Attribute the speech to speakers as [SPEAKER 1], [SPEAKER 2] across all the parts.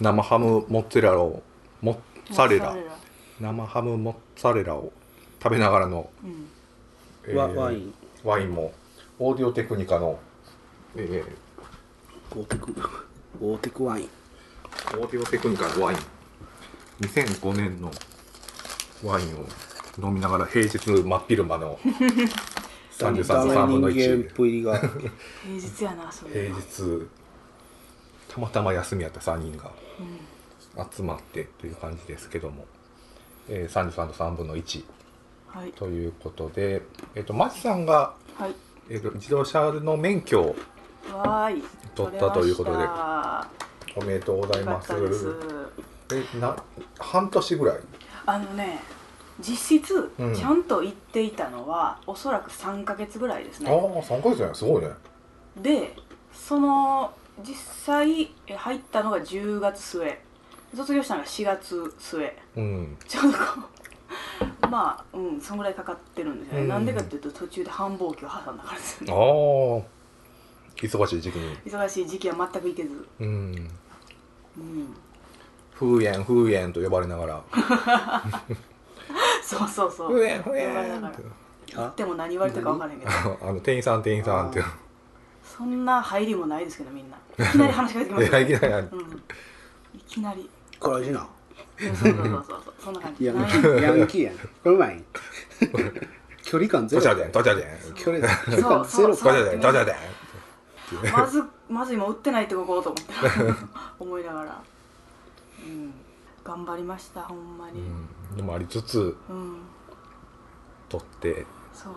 [SPEAKER 1] 生ハムモッツァレラをモッツァレラ生ハムモッツァレラを食べながらの、
[SPEAKER 2] うん
[SPEAKER 1] えー
[SPEAKER 3] ワワイン
[SPEAKER 1] ワインもオーディオテクニカの、え
[SPEAKER 3] オーテ クオーテクワイン
[SPEAKER 1] ーオーディオテクニカのワイン2005年のワインを飲みながら平日真っ昼間 の33の3分の
[SPEAKER 3] 人間
[SPEAKER 1] 1
[SPEAKER 3] っぷりが
[SPEAKER 2] 平日やなそれ
[SPEAKER 1] 平
[SPEAKER 2] は
[SPEAKER 1] 日たまたま休みやった3人が集まってという感じですけども、えー、33の3分の1
[SPEAKER 2] はい
[SPEAKER 1] ということで、えっとマチさんが、
[SPEAKER 2] はい
[SPEAKER 1] えっと自動車の免許を
[SPEAKER 2] わーい
[SPEAKER 1] 取ったということで
[SPEAKER 2] 取れま
[SPEAKER 1] おめでとうござ
[SPEAKER 2] した
[SPEAKER 1] い
[SPEAKER 2] よか
[SPEAKER 1] ま
[SPEAKER 2] っ
[SPEAKER 1] す
[SPEAKER 2] たです
[SPEAKER 1] えな半年ぐらい
[SPEAKER 2] あのね実質
[SPEAKER 1] うん
[SPEAKER 2] ちゃんと行っていたのは、おそらく3ヶ月ぐらいです
[SPEAKER 1] あ
[SPEAKER 2] ね
[SPEAKER 1] あ3ヶ月ねすごいね
[SPEAKER 2] でその実際え入ったのが10月末卒業したのが4月末
[SPEAKER 1] うん
[SPEAKER 2] ちょうどこう まあうんそんぐらいかかってるんですよね
[SPEAKER 1] うん
[SPEAKER 2] な、んでかっていうと途中で繁忙期を挟んだからです
[SPEAKER 1] ああ忙しい時期に
[SPEAKER 2] 忙しい時期は全く行けず
[SPEAKER 1] うん
[SPEAKER 2] うん
[SPEAKER 1] 風縁風縁と呼ばれながら
[SPEAKER 2] そうそうそう
[SPEAKER 1] 風縁風縁って
[SPEAKER 3] あ
[SPEAKER 2] でも何言われたか分からへんけど
[SPEAKER 1] あの店員さん店員さんって
[SPEAKER 3] あ
[SPEAKER 2] そんな入りもない ですけどみんないきなり話しかけてきま
[SPEAKER 1] え
[SPEAKER 2] すよ
[SPEAKER 1] らいきなり
[SPEAKER 2] うんいきなり
[SPEAKER 3] これおいしいな
[SPEAKER 2] そうそうそうそうそんな感じ
[SPEAKER 3] ヤン
[SPEAKER 2] ない
[SPEAKER 3] キーヤンキーやんこれうまい距離感ゼ
[SPEAKER 1] ド
[SPEAKER 3] ロ
[SPEAKER 1] ジャデンドジャデン
[SPEAKER 3] 距離感距離
[SPEAKER 2] そう
[SPEAKER 3] 感ゼロ
[SPEAKER 1] ドジ
[SPEAKER 2] そう
[SPEAKER 1] ャデンドジャデン
[SPEAKER 2] まずまず今売ってないってここと思って 思いながら、うん、頑張りましたほんまに
[SPEAKER 1] うんでもありつつ
[SPEAKER 2] うん、
[SPEAKER 1] 取ってで
[SPEAKER 2] そ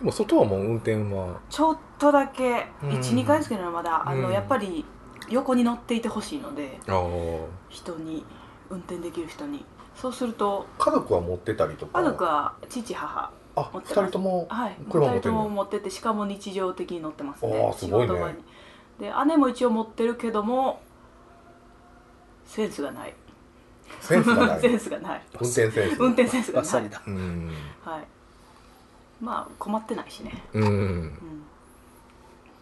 [SPEAKER 2] う
[SPEAKER 1] も外はもう運転は
[SPEAKER 2] ちょっとだけ
[SPEAKER 1] うん
[SPEAKER 2] 12回ですけどまだあの、
[SPEAKER 1] うん
[SPEAKER 2] やっぱり横に乗っていてほしいので
[SPEAKER 1] ああ
[SPEAKER 2] 人に運転できる人にそうすると
[SPEAKER 1] 家族は持ってたりとか
[SPEAKER 2] 家族は父母
[SPEAKER 1] あ
[SPEAKER 2] 持ってま
[SPEAKER 1] 二
[SPEAKER 2] す
[SPEAKER 1] 人とも
[SPEAKER 2] はい
[SPEAKER 1] 車
[SPEAKER 2] 2
[SPEAKER 1] 持
[SPEAKER 2] 人
[SPEAKER 1] って
[SPEAKER 2] と
[SPEAKER 1] んの
[SPEAKER 2] も持っててしかも日常的に乗ってます
[SPEAKER 1] あ
[SPEAKER 2] ね
[SPEAKER 1] あすごいね
[SPEAKER 2] 場にで姉も一応持ってるけどもセンスがない
[SPEAKER 1] センスがない
[SPEAKER 2] センスがない
[SPEAKER 1] 運転センス
[SPEAKER 2] 運転センスが
[SPEAKER 3] バッ
[SPEAKER 2] な
[SPEAKER 3] サ
[SPEAKER 2] い
[SPEAKER 3] リ、だ
[SPEAKER 1] うん
[SPEAKER 2] はい、まあ困ってないしね、
[SPEAKER 1] うん
[SPEAKER 2] うん、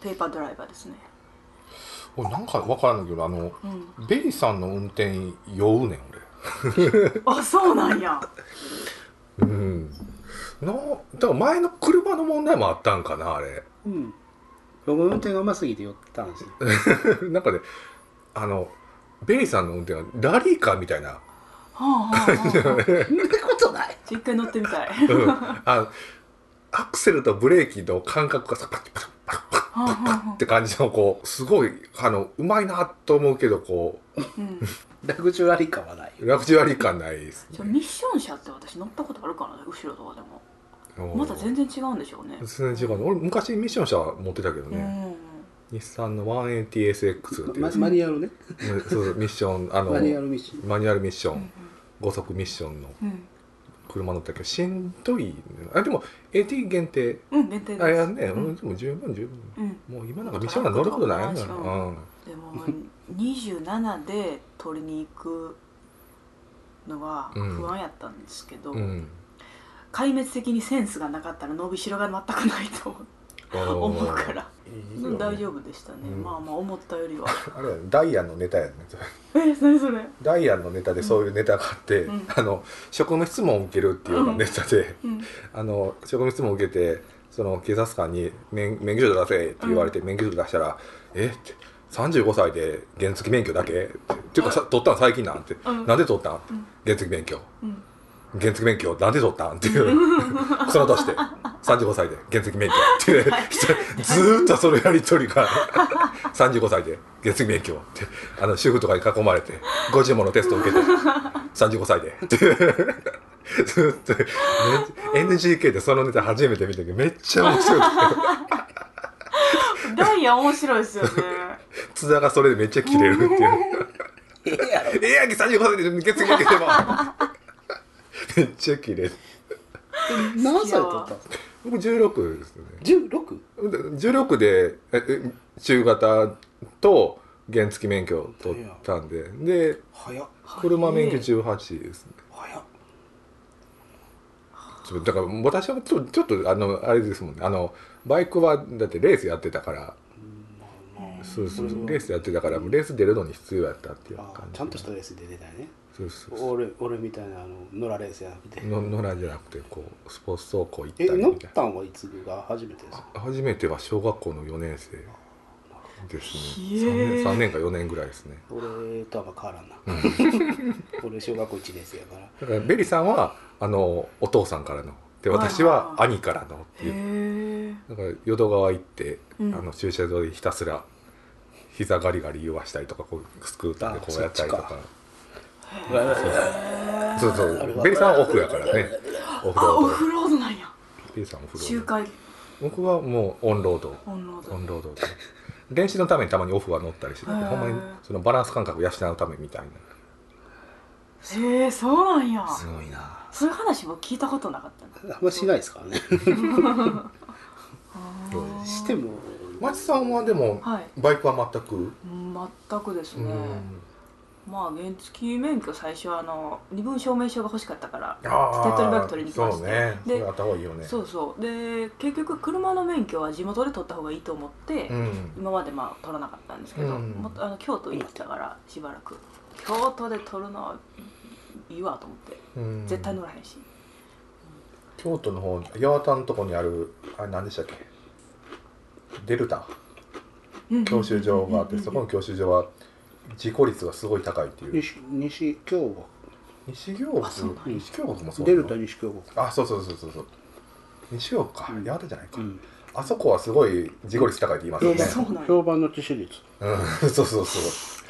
[SPEAKER 2] ペーパードライバーですね、
[SPEAKER 1] 俺なんかわからんけどあの
[SPEAKER 2] うん、
[SPEAKER 1] ベリさんの運転酔うねん
[SPEAKER 2] あそうなんや
[SPEAKER 1] 俺うんなだから前の車の問題もあったんかなあれ
[SPEAKER 3] うん僕運転がうますぎて酔ったんですよ
[SPEAKER 1] なんかねあのベリさんの運転はラリーカーみたいな、
[SPEAKER 2] はあはあはあ
[SPEAKER 3] そんなことない
[SPEAKER 2] ちょ一回乗ってみたい
[SPEAKER 1] うん、あアクセルとブレーキの感覚がさパッパッパッパッ
[SPEAKER 2] はあはあは
[SPEAKER 1] っ
[SPEAKER 2] あ
[SPEAKER 1] て感じのこうすごいあのうまいなと思うけどこ
[SPEAKER 2] うん
[SPEAKER 3] ラグジュアリー感はないう
[SPEAKER 1] ラグジュアリー感ないです
[SPEAKER 2] ちょ
[SPEAKER 1] ね
[SPEAKER 2] ミッション車って私乗ったことあるかな後ろとかでもまた全然違うんでしょうね
[SPEAKER 1] 全然違うの俺昔ミッション車持ってたけど
[SPEAKER 2] う
[SPEAKER 1] ね、
[SPEAKER 2] ん
[SPEAKER 1] 日産の 180SX っていう、
[SPEAKER 3] ママニュアルね
[SPEAKER 1] そうそうミッションあの
[SPEAKER 3] マニュアルミッション
[SPEAKER 1] マニュアルミッショ
[SPEAKER 2] う
[SPEAKER 1] ン
[SPEAKER 2] ん
[SPEAKER 1] 5速ミッションの
[SPEAKER 2] うん
[SPEAKER 1] 車乗ったけどしんどいねあでも AT 限定
[SPEAKER 2] うん限定です
[SPEAKER 1] あれやね、
[SPEAKER 2] う
[SPEAKER 1] うんん、でも十分十分
[SPEAKER 2] うん
[SPEAKER 1] もう今なんかミッションが乗ることないんだ
[SPEAKER 2] トラ
[SPEAKER 1] よ
[SPEAKER 2] でも27で取りに行くのが不安やったんですけど、
[SPEAKER 1] うん、うん、
[SPEAKER 2] 壊滅的にセンスがなかったら伸びしろが全くないと思うから、
[SPEAKER 1] いいよ
[SPEAKER 2] うん
[SPEAKER 1] ね
[SPEAKER 2] 大丈夫でしたね、
[SPEAKER 1] うん
[SPEAKER 2] まあまあ思ったよりは
[SPEAKER 1] あれやねダイアンのネタやね
[SPEAKER 2] え何それ
[SPEAKER 1] ダイアンのネタでそういうネタがあって、
[SPEAKER 2] うん
[SPEAKER 1] あの職務質問を受けるっていうのがネタで、
[SPEAKER 2] うん
[SPEAKER 1] あの職務質問を受けてその警察官に免「免許証出せ」って言われて、免許証出したら「えっ?」て「35歳で原付免許だけ?」って「っていうかさ取ったの最近なん?」って「
[SPEAKER 2] うん
[SPEAKER 1] なんで取ったん?」って
[SPEAKER 2] うん
[SPEAKER 1] 「原付免許
[SPEAKER 2] うん
[SPEAKER 1] 原付免許なんで取ったん?」っていうその年で35歳で原付免許っていう ずーっとそのやり取りが35歳で原付免許ってあの主婦とかに囲まれて50問のテストを受けて35歳でっていうずーっと NGK でそのネタ初めて見たけどめっちゃ面白くて
[SPEAKER 2] ダイヤ面白いですよね
[SPEAKER 1] 津田がそれでめっちゃキレるっていう
[SPEAKER 3] ええやろ
[SPEAKER 1] 「ええやんけ35歳で原付免許でも」めっちゃキレる
[SPEAKER 3] 何歳取ったんですか
[SPEAKER 1] 僕16ですね
[SPEAKER 3] 16?
[SPEAKER 1] 16でええ中型と原付免許を取ったんでで
[SPEAKER 3] 早っ
[SPEAKER 1] 車免許18ですね
[SPEAKER 3] 早っ
[SPEAKER 1] ちょだから私はちょちょっとあのあれですもんねあのバイクはだってレースやってたから
[SPEAKER 3] うんまあまあね
[SPEAKER 1] そうそうそう
[SPEAKER 3] こ
[SPEAKER 1] レ
[SPEAKER 3] れ
[SPEAKER 1] ー
[SPEAKER 3] は
[SPEAKER 1] スやってたからもうレース出るのに必要やったっていう
[SPEAKER 3] あ
[SPEAKER 1] 感
[SPEAKER 3] ー
[SPEAKER 1] じ
[SPEAKER 3] ちゃんとしたレースで出たよね
[SPEAKER 1] そうそうそう
[SPEAKER 3] 俺俺みたいなあの野良レースじゃなくて
[SPEAKER 1] の野良じゃなくてこうスポーツ走行行った
[SPEAKER 3] え
[SPEAKER 1] り
[SPEAKER 3] 乗っ
[SPEAKER 1] みたい
[SPEAKER 3] たんはいつが初めてですか
[SPEAKER 1] な初めては小学校の4年生ですね
[SPEAKER 2] ひえ
[SPEAKER 1] 3年3年か4年ぐらいですね
[SPEAKER 3] 俺とはあんま変わらんな 俺小学校1年生やから
[SPEAKER 1] だからベリさんはあのお父さんからので
[SPEAKER 2] はいはいはい
[SPEAKER 1] 私は兄からのっていう
[SPEAKER 2] へえ
[SPEAKER 1] だから淀川行って、
[SPEAKER 2] うん
[SPEAKER 1] あの駐車場でひたすら膝ガリガリ言わしたりとかこうスクーターでこうやったりとか
[SPEAKER 3] あ
[SPEAKER 1] そうそう
[SPEAKER 3] あれは
[SPEAKER 1] ベリさんはオフやからねオフ
[SPEAKER 2] あ
[SPEAKER 1] ロー
[SPEAKER 2] オ
[SPEAKER 1] ド
[SPEAKER 2] フロードなんや
[SPEAKER 1] ベリさんはオフロ
[SPEAKER 2] 周
[SPEAKER 1] ード
[SPEAKER 2] 回
[SPEAKER 1] 僕はもうオンロード
[SPEAKER 2] オンロード
[SPEAKER 1] オンロードで練習のためにたまにオフは乗ったりして
[SPEAKER 2] へー
[SPEAKER 1] ほんまにそのバランス感覚を養うためみたいな
[SPEAKER 2] へえそうなんや
[SPEAKER 3] すごいな
[SPEAKER 2] そういう話も聞いたことなかったな
[SPEAKER 3] あんましないですからね
[SPEAKER 2] あ
[SPEAKER 1] どう
[SPEAKER 2] ー
[SPEAKER 3] しても
[SPEAKER 1] 松さんはでも
[SPEAKER 2] はい
[SPEAKER 1] バイクは全く
[SPEAKER 2] 全くです
[SPEAKER 1] う
[SPEAKER 2] ね
[SPEAKER 1] ん
[SPEAKER 2] まあ原付免許最初はあの二分証明書が欲しかったから
[SPEAKER 1] あ
[SPEAKER 2] 手っ取り早く取りに来ま
[SPEAKER 1] ー
[SPEAKER 2] し
[SPEAKER 1] そう
[SPEAKER 2] て
[SPEAKER 1] ねそ
[SPEAKER 2] で
[SPEAKER 1] れあった方がいいよね
[SPEAKER 2] そうそうで結局車の免許は地元で取った方がいいと思って、
[SPEAKER 1] うん
[SPEAKER 2] 今までまあ取らなかったんですけど、
[SPEAKER 1] うん
[SPEAKER 2] もっとあの京都行ったからしばらく京都で取るのはいいわと思って
[SPEAKER 1] うん
[SPEAKER 2] 絶対乗らへんし、
[SPEAKER 1] 京都の方八幡のとこにあるあれ何でしたっけデルタ
[SPEAKER 2] うん
[SPEAKER 1] 教習所があってそこの教習所は事故率がすごい高いっていう
[SPEAKER 3] 西西京
[SPEAKER 1] 西京極
[SPEAKER 2] あそうなん
[SPEAKER 3] や
[SPEAKER 1] 西京極もそ
[SPEAKER 3] 極
[SPEAKER 1] う
[SPEAKER 3] 出
[SPEAKER 1] な
[SPEAKER 3] る
[SPEAKER 1] の
[SPEAKER 3] と西京極
[SPEAKER 1] あそうそうそうそうそう西京か
[SPEAKER 3] うん
[SPEAKER 1] 八幡じゃないか、
[SPEAKER 3] うん
[SPEAKER 1] あそこはすごい事故率高いって言いますよね
[SPEAKER 2] そうなんや
[SPEAKER 3] 評判の致死率
[SPEAKER 1] うん、 そうそうそ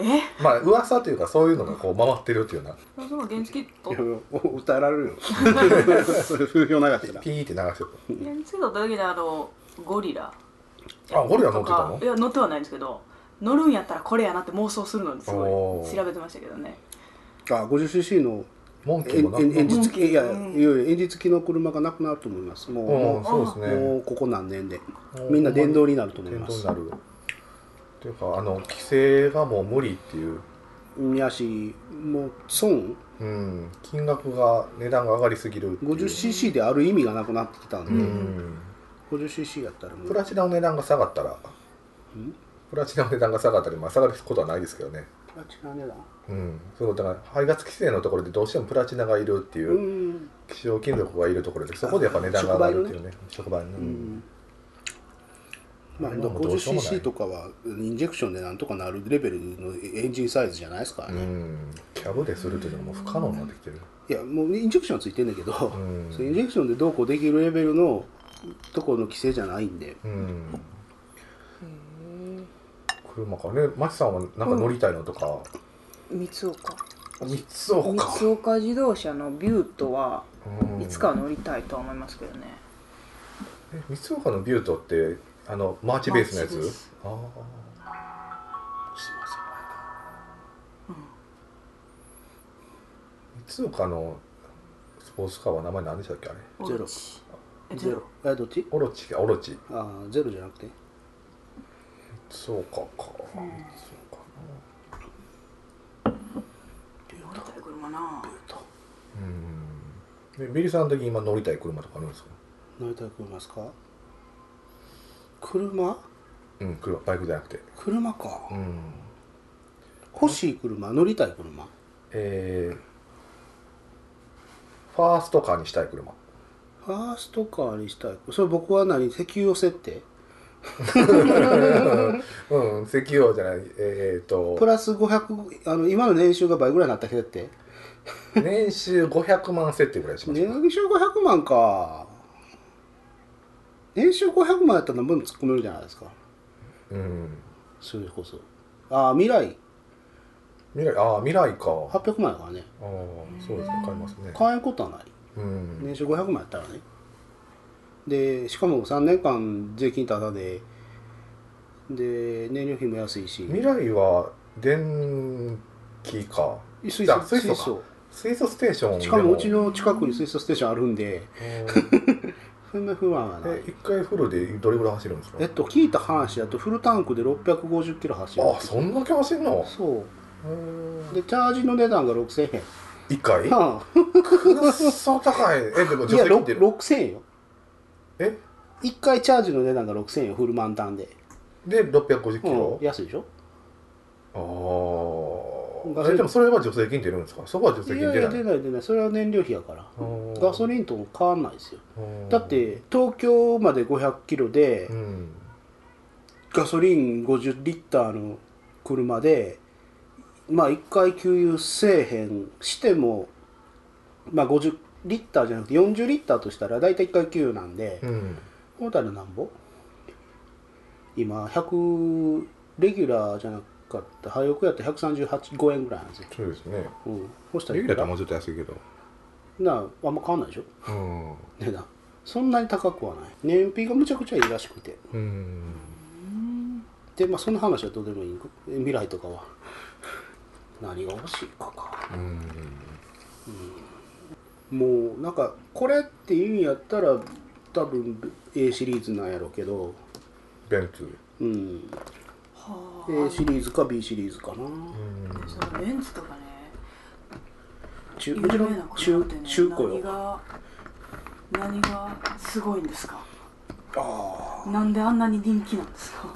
[SPEAKER 2] え
[SPEAKER 1] うまあ噂というかそういうのがこう回ってるっていうよう
[SPEAKER 2] その原付
[SPEAKER 3] い
[SPEAKER 2] 取
[SPEAKER 3] や
[SPEAKER 2] っ
[SPEAKER 3] 歌えられるよそれ風評流してた
[SPEAKER 1] なピーって流してる
[SPEAKER 2] 原付取った時にあのゴリラ
[SPEAKER 1] あゴリラ乗
[SPEAKER 2] と
[SPEAKER 1] ってた
[SPEAKER 2] か
[SPEAKER 1] の
[SPEAKER 2] いや乗ってはないんですけど乗るんやったらこれやなって妄想するのにすご
[SPEAKER 1] お
[SPEAKER 2] い
[SPEAKER 1] ー
[SPEAKER 2] 調べてましたけどね
[SPEAKER 3] あ 50cc の
[SPEAKER 1] モンキ
[SPEAKER 3] エ
[SPEAKER 1] ーもな
[SPEAKER 3] ンエンジン付
[SPEAKER 2] う
[SPEAKER 3] き
[SPEAKER 2] ん
[SPEAKER 3] いやいやいやエンジン付きの車がなくなると思いますもう
[SPEAKER 1] うん
[SPEAKER 3] も
[SPEAKER 1] そう
[SPEAKER 3] う
[SPEAKER 1] ですね
[SPEAKER 3] もうここ何年でみんな電動になると思い
[SPEAKER 1] 電
[SPEAKER 3] ま
[SPEAKER 1] 動に
[SPEAKER 3] す
[SPEAKER 1] なるっていうかあの規制がもう無理っていう、
[SPEAKER 3] いやしもう損
[SPEAKER 1] うん、金額が値段が上がりすぎるっていう
[SPEAKER 3] 50cc である意味がなくなってきたんで、
[SPEAKER 1] う
[SPEAKER 2] うん
[SPEAKER 3] 50cc やったらもう
[SPEAKER 1] プラチナの値段が下がったら
[SPEAKER 3] ん
[SPEAKER 1] プラチナの値段が下がったりまあ下がることはないですけどね
[SPEAKER 3] プラチナ値段
[SPEAKER 1] うんそうだから排ガス規制のところでどうしてもプラチナがいるっていうう、
[SPEAKER 3] ん、
[SPEAKER 1] 希少金属がいるところでそこでやっぱ値段が上がるっていうね触媒の
[SPEAKER 3] う
[SPEAKER 1] ね、
[SPEAKER 3] んまあ、
[SPEAKER 1] どうもどうしようもない
[SPEAKER 3] 50cc とかはインジェクションでなんとかなるレベルのエンジンサイズじゃないですから
[SPEAKER 1] う
[SPEAKER 3] ね、
[SPEAKER 1] んキャブでするというのはもう不可能になってきてる、
[SPEAKER 3] いやもうインジェクションはついてんだけど、
[SPEAKER 1] ん
[SPEAKER 3] そのインジェクションでどうこうできるレベルのところの規制じゃないんで
[SPEAKER 1] うん、車かねマキさんはなんか乗りたいのとか、
[SPEAKER 4] 三岡
[SPEAKER 1] 三つをか
[SPEAKER 4] 三岡自動車のビュートは
[SPEAKER 1] うん
[SPEAKER 4] いつかは乗りたいとは思いますけどね、
[SPEAKER 1] え三岡のビュートってあのマーチベースのや
[SPEAKER 2] マーチベー
[SPEAKER 1] つ
[SPEAKER 2] ス
[SPEAKER 1] あ
[SPEAKER 3] すいませ
[SPEAKER 1] ー三
[SPEAKER 3] ん
[SPEAKER 1] 岡のスポーツカーは名前何でしたっけあれ
[SPEAKER 3] ゼロ
[SPEAKER 2] オチえゼロ
[SPEAKER 3] えどっち
[SPEAKER 1] オロチあオロチ
[SPEAKER 3] ああゼロじゃなくて
[SPEAKER 1] そうかか、
[SPEAKER 2] ん
[SPEAKER 1] そうか
[SPEAKER 2] 乗りたい車な
[SPEAKER 1] なうんでビリーさん的に今乗りたい車とかあるんですか
[SPEAKER 3] 乗りたい車ですか車
[SPEAKER 1] うん車バイクじゃなくて
[SPEAKER 3] 車か、
[SPEAKER 1] うん
[SPEAKER 3] 欲しい車乗りたい車
[SPEAKER 1] えー、ファーストカーにしたい車
[SPEAKER 3] ファーストカーにしたいそれ僕は何石油を設定
[SPEAKER 1] うん石油王じゃないえー、っと
[SPEAKER 3] プラス500あの今の年収が倍ぐらいになったけどって
[SPEAKER 1] 年収500万設定ぐらいしまし
[SPEAKER 3] 年
[SPEAKER 1] ょう
[SPEAKER 3] 収500万か年収500万やったら何分も突っ込めるじゃないですか
[SPEAKER 1] うん
[SPEAKER 3] それこそああ未来
[SPEAKER 1] 未来ああ未来かあ
[SPEAKER 3] 800万やからね
[SPEAKER 1] あそうですね買いますね
[SPEAKER 3] 買えんことはない
[SPEAKER 1] うん、
[SPEAKER 3] 年収500万やったらねでしかも3年間税金タダでで燃料費も安いし
[SPEAKER 1] 未来は電気か
[SPEAKER 3] 水
[SPEAKER 1] じゃ
[SPEAKER 3] 素
[SPEAKER 1] あ水素か水素ステーションで
[SPEAKER 3] しかもうちの近くに水素ステーションあるんで
[SPEAKER 1] うん
[SPEAKER 3] そんな不安はない
[SPEAKER 1] え一回フルでどれぐらい走るんですか
[SPEAKER 3] えっと聞いた話だとフルタンクで650キロ走る
[SPEAKER 1] ああそんだけ走るの
[SPEAKER 3] そう
[SPEAKER 1] うん
[SPEAKER 3] でチャージの値段が6000円
[SPEAKER 1] 一 回
[SPEAKER 3] は
[SPEAKER 1] くっそ高いえでも
[SPEAKER 3] あい
[SPEAKER 1] 助手
[SPEAKER 3] や
[SPEAKER 1] 席
[SPEAKER 3] ろ
[SPEAKER 1] ってる
[SPEAKER 3] 6000円よ
[SPEAKER 1] え
[SPEAKER 3] 1回チャージの値段が6000円フル満タンで
[SPEAKER 1] で650キロ
[SPEAKER 3] うん、安いでしょ
[SPEAKER 1] あああれでもそれは助成金出るんですかそこは助
[SPEAKER 3] い
[SPEAKER 1] 成金
[SPEAKER 3] やい
[SPEAKER 1] 出ない
[SPEAKER 3] や出ない出ないそれは燃料費やからガソ
[SPEAKER 1] リ
[SPEAKER 3] リンと変わんないですよ
[SPEAKER 1] ン
[SPEAKER 3] だって東京まで500キロで
[SPEAKER 1] うん
[SPEAKER 3] ガソリン50リッターの車でまあ1回給油せえへんしてもまあ50リッターじゃなくて40リッターとしたら大体1回給油なんで
[SPEAKER 1] うん
[SPEAKER 3] トータルなんぼ今100レギュラーじゃなかった早送りやったら138円ぐらいなんですよ、
[SPEAKER 1] そうですね
[SPEAKER 3] うん、そしたら
[SPEAKER 1] レ
[SPEAKER 3] い
[SPEAKER 1] ギュラーと
[SPEAKER 3] くら
[SPEAKER 1] はもうちょっと安いけど
[SPEAKER 3] なああんま変わんないでしょ
[SPEAKER 1] うん
[SPEAKER 3] 値段そんなに高くはない燃費がむちゃくちゃいいらしくて
[SPEAKER 1] うん
[SPEAKER 3] でまあその話はどうでもいい未来とかは 何が欲しいかか
[SPEAKER 1] うん
[SPEAKER 3] もうなんかこれっていうんやったら多分 A シリーズなんやろうけど
[SPEAKER 1] ベンツ
[SPEAKER 3] うん
[SPEAKER 2] はあ
[SPEAKER 3] A シリーズか B シリーズかな、
[SPEAKER 1] うん
[SPEAKER 2] そうベンツとかね
[SPEAKER 3] 中
[SPEAKER 2] 有
[SPEAKER 3] もちろ
[SPEAKER 2] 名なん車っ
[SPEAKER 3] 中
[SPEAKER 2] てね
[SPEAKER 3] 中古
[SPEAKER 2] 何
[SPEAKER 3] よ
[SPEAKER 2] が何がすごいんですか
[SPEAKER 3] あ
[SPEAKER 2] なんであんなに人気なんです か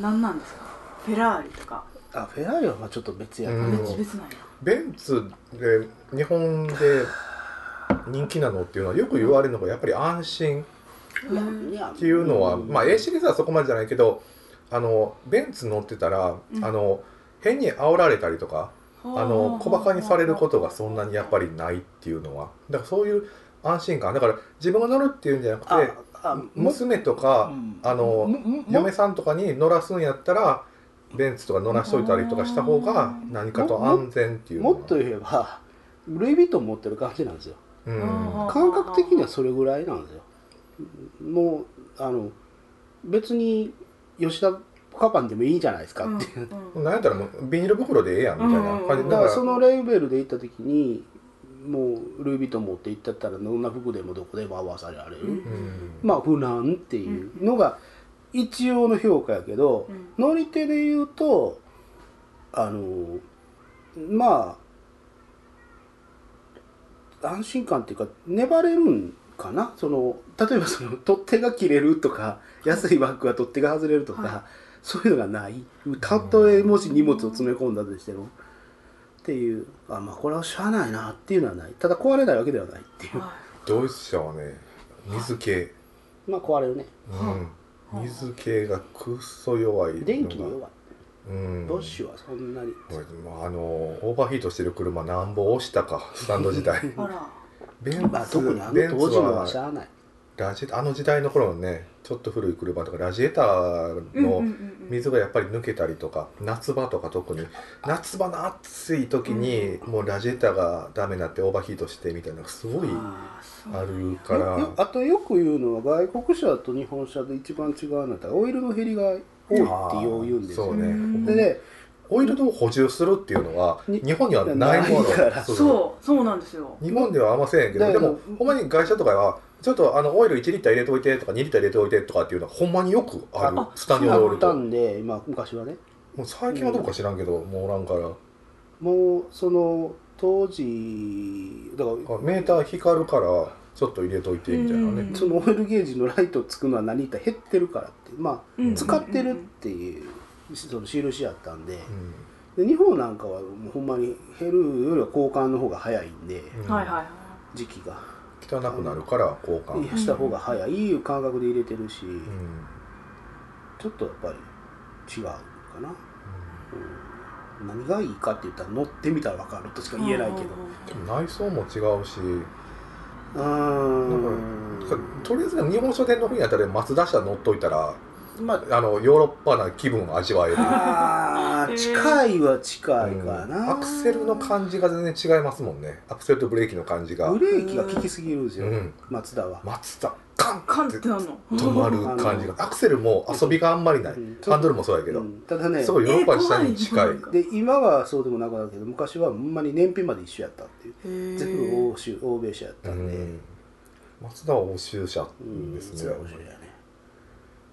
[SPEAKER 2] なんなんですかフェラーリとか
[SPEAKER 3] ーあフェラーリはまあちょっと別やな、
[SPEAKER 1] うん
[SPEAKER 2] 別々なんや
[SPEAKER 1] ベンツで日本で人気なのっていうのはよく言われるのがやっぱり安心
[SPEAKER 3] いや
[SPEAKER 1] っていうのは、
[SPEAKER 3] ん
[SPEAKER 1] まあ A シリーズはそこまでじゃないけどあのベンツ乗ってたら、
[SPEAKER 2] うん
[SPEAKER 1] あの変に煽られたりとか、あの小バカにされることがそんなにやっぱ
[SPEAKER 2] り
[SPEAKER 1] りないっていうのはだからそういう安心感だから自分が乗るっていうんじゃなく
[SPEAKER 3] あ
[SPEAKER 1] て
[SPEAKER 3] あも
[SPEAKER 1] 娘とか、
[SPEAKER 3] うん
[SPEAKER 1] あの、
[SPEAKER 3] もも
[SPEAKER 1] 嫁さんとかに乗らすんやったらベンツとか乗らしといたりとかした方が何かと安全っていうの
[SPEAKER 3] も
[SPEAKER 1] は
[SPEAKER 3] っと言えばルイ・ヴィトン持ってる感じなんですよ
[SPEAKER 1] うん
[SPEAKER 3] 感覚的にはそれぐらいなんですよもうあの別に吉田カパンでもいいじゃないですかって、
[SPEAKER 1] なんやったらもうビニール袋でええやんみたいな感じ
[SPEAKER 2] う
[SPEAKER 1] だか
[SPEAKER 2] ん
[SPEAKER 3] だかららそのレーベルで行った時にもうルイ・ヴィトン持って行ったったらどんな服でもどこでも合わされられる、
[SPEAKER 2] うん
[SPEAKER 1] うん
[SPEAKER 3] まあ不難っていうのが一応の評価やけど、乗り手で言うとあのまあ安心感っていうか粘れるんかなその例えばその 取っ手が切れるとか安いバッグは取っ手が外れるとか、
[SPEAKER 2] はい
[SPEAKER 3] そういうのがないたとえもし荷物を詰め込んだとしてもっていうあまあこれはしゃあないなっていうのはないただ壊れないわけではないっていう
[SPEAKER 1] ドイツ車はね水系、
[SPEAKER 3] まあ壊れるね
[SPEAKER 1] う
[SPEAKER 2] は
[SPEAKER 1] ん、水系がくっそ弱いのが
[SPEAKER 3] 電気に弱い
[SPEAKER 1] うん
[SPEAKER 3] ドッシュはそんなに、
[SPEAKER 1] これまああのオーバーヒートしてる車なんぼ押した かスタンド時代
[SPEAKER 2] あら
[SPEAKER 1] ベンツ
[SPEAKER 3] まあ特にあの
[SPEAKER 1] ベンツ
[SPEAKER 3] 当時のはし
[SPEAKER 1] は
[SPEAKER 3] ゃあない
[SPEAKER 1] ラジあの時代の頃のねちょっと古い車とかラジエーター
[SPEAKER 2] うんうん
[SPEAKER 1] の
[SPEAKER 2] うんうん
[SPEAKER 1] 水がやっぱり抜けたりとか夏場とか特に夏場の暑い時にもうラジエーターがダメになってオーバーヒートしてみたいなのがすごい
[SPEAKER 2] あーそ
[SPEAKER 1] あ
[SPEAKER 2] う
[SPEAKER 1] るから
[SPEAKER 3] よよあとよく言うのは外国車と日本車で一番違うのはオイルの減りが多いってよう言うんです
[SPEAKER 1] そ
[SPEAKER 3] よ
[SPEAKER 1] う
[SPEAKER 2] うん
[SPEAKER 1] ね
[SPEAKER 3] でね
[SPEAKER 1] オイルを補充するっていうのは
[SPEAKER 3] に
[SPEAKER 1] 日本にはないもの
[SPEAKER 3] ないから
[SPEAKER 1] そう
[SPEAKER 2] そうそうなんですよ
[SPEAKER 1] 日本ではあんませんやけど
[SPEAKER 3] だ
[SPEAKER 1] で
[SPEAKER 3] から
[SPEAKER 1] もほんまに会社とかはちょっとあのオイル1リッター入れておいてとか2リッター入れておいてとかっていうのはほんまによくある
[SPEAKER 2] あ
[SPEAKER 1] スタンドオ
[SPEAKER 3] あ
[SPEAKER 1] イル
[SPEAKER 3] った
[SPEAKER 1] と
[SPEAKER 3] んで、まあ、昔はね
[SPEAKER 1] もう最近はどうか知らんけどもうおらんから
[SPEAKER 3] もうその当時だから
[SPEAKER 1] あメーター光るからちょっと入れといてみたいな
[SPEAKER 2] うん
[SPEAKER 1] ね
[SPEAKER 3] そのオイルゲージのライトつくのは何って減ってるからってま
[SPEAKER 2] うんうんう
[SPEAKER 3] あ
[SPEAKER 2] ん
[SPEAKER 3] 使ってるっていうその印やったんで
[SPEAKER 1] うん
[SPEAKER 3] で日本なんかはもうほんまに減るよりは交換の方が早いんで
[SPEAKER 1] うん
[SPEAKER 2] はいはいはい
[SPEAKER 3] 時期が
[SPEAKER 1] 汚くなるから交換
[SPEAKER 2] や
[SPEAKER 3] した方が早いいう感覚で入れてるし、
[SPEAKER 1] うん
[SPEAKER 3] ちょっとやっぱり違うかな、うん、何がいいかって言ったら乗ってみたら分かるとしか言えないけど
[SPEAKER 1] でも内装も違うし
[SPEAKER 3] うーん
[SPEAKER 1] とりあえず日本書店の方にあたり松田車乗っといたら
[SPEAKER 3] まあ
[SPEAKER 1] あのヨーロッパな気分を味わえる
[SPEAKER 3] あー近いは近いか
[SPEAKER 1] う
[SPEAKER 3] な、
[SPEAKER 1] んアクセルの感じが全然違いますもんねアクセルとブレーキの感じが
[SPEAKER 3] ブレーキが効きすぎるんですよ、
[SPEAKER 1] うん
[SPEAKER 3] 松田は、
[SPEAKER 1] 松田カン
[SPEAKER 2] カン
[SPEAKER 1] っ
[SPEAKER 2] っててなんの
[SPEAKER 1] 止まる感じがアクセルも遊びがあんまりない
[SPEAKER 3] うん
[SPEAKER 1] ハンドルもそうやけど
[SPEAKER 3] うんただね
[SPEAKER 1] すごいヨーロッパ自体に
[SPEAKER 2] え
[SPEAKER 1] 近い
[SPEAKER 2] ー怖い
[SPEAKER 3] で今はそうでもなくなるけど昔はほんまに燃費まで一緒やったっていう
[SPEAKER 2] 全
[SPEAKER 3] 全部欧州欧米車やっ
[SPEAKER 1] う
[SPEAKER 3] たんで、
[SPEAKER 1] ん松田は欧州車
[SPEAKER 3] うん
[SPEAKER 1] で
[SPEAKER 3] そ
[SPEAKER 1] す
[SPEAKER 3] れ
[SPEAKER 1] ね
[SPEAKER 3] は面白いよね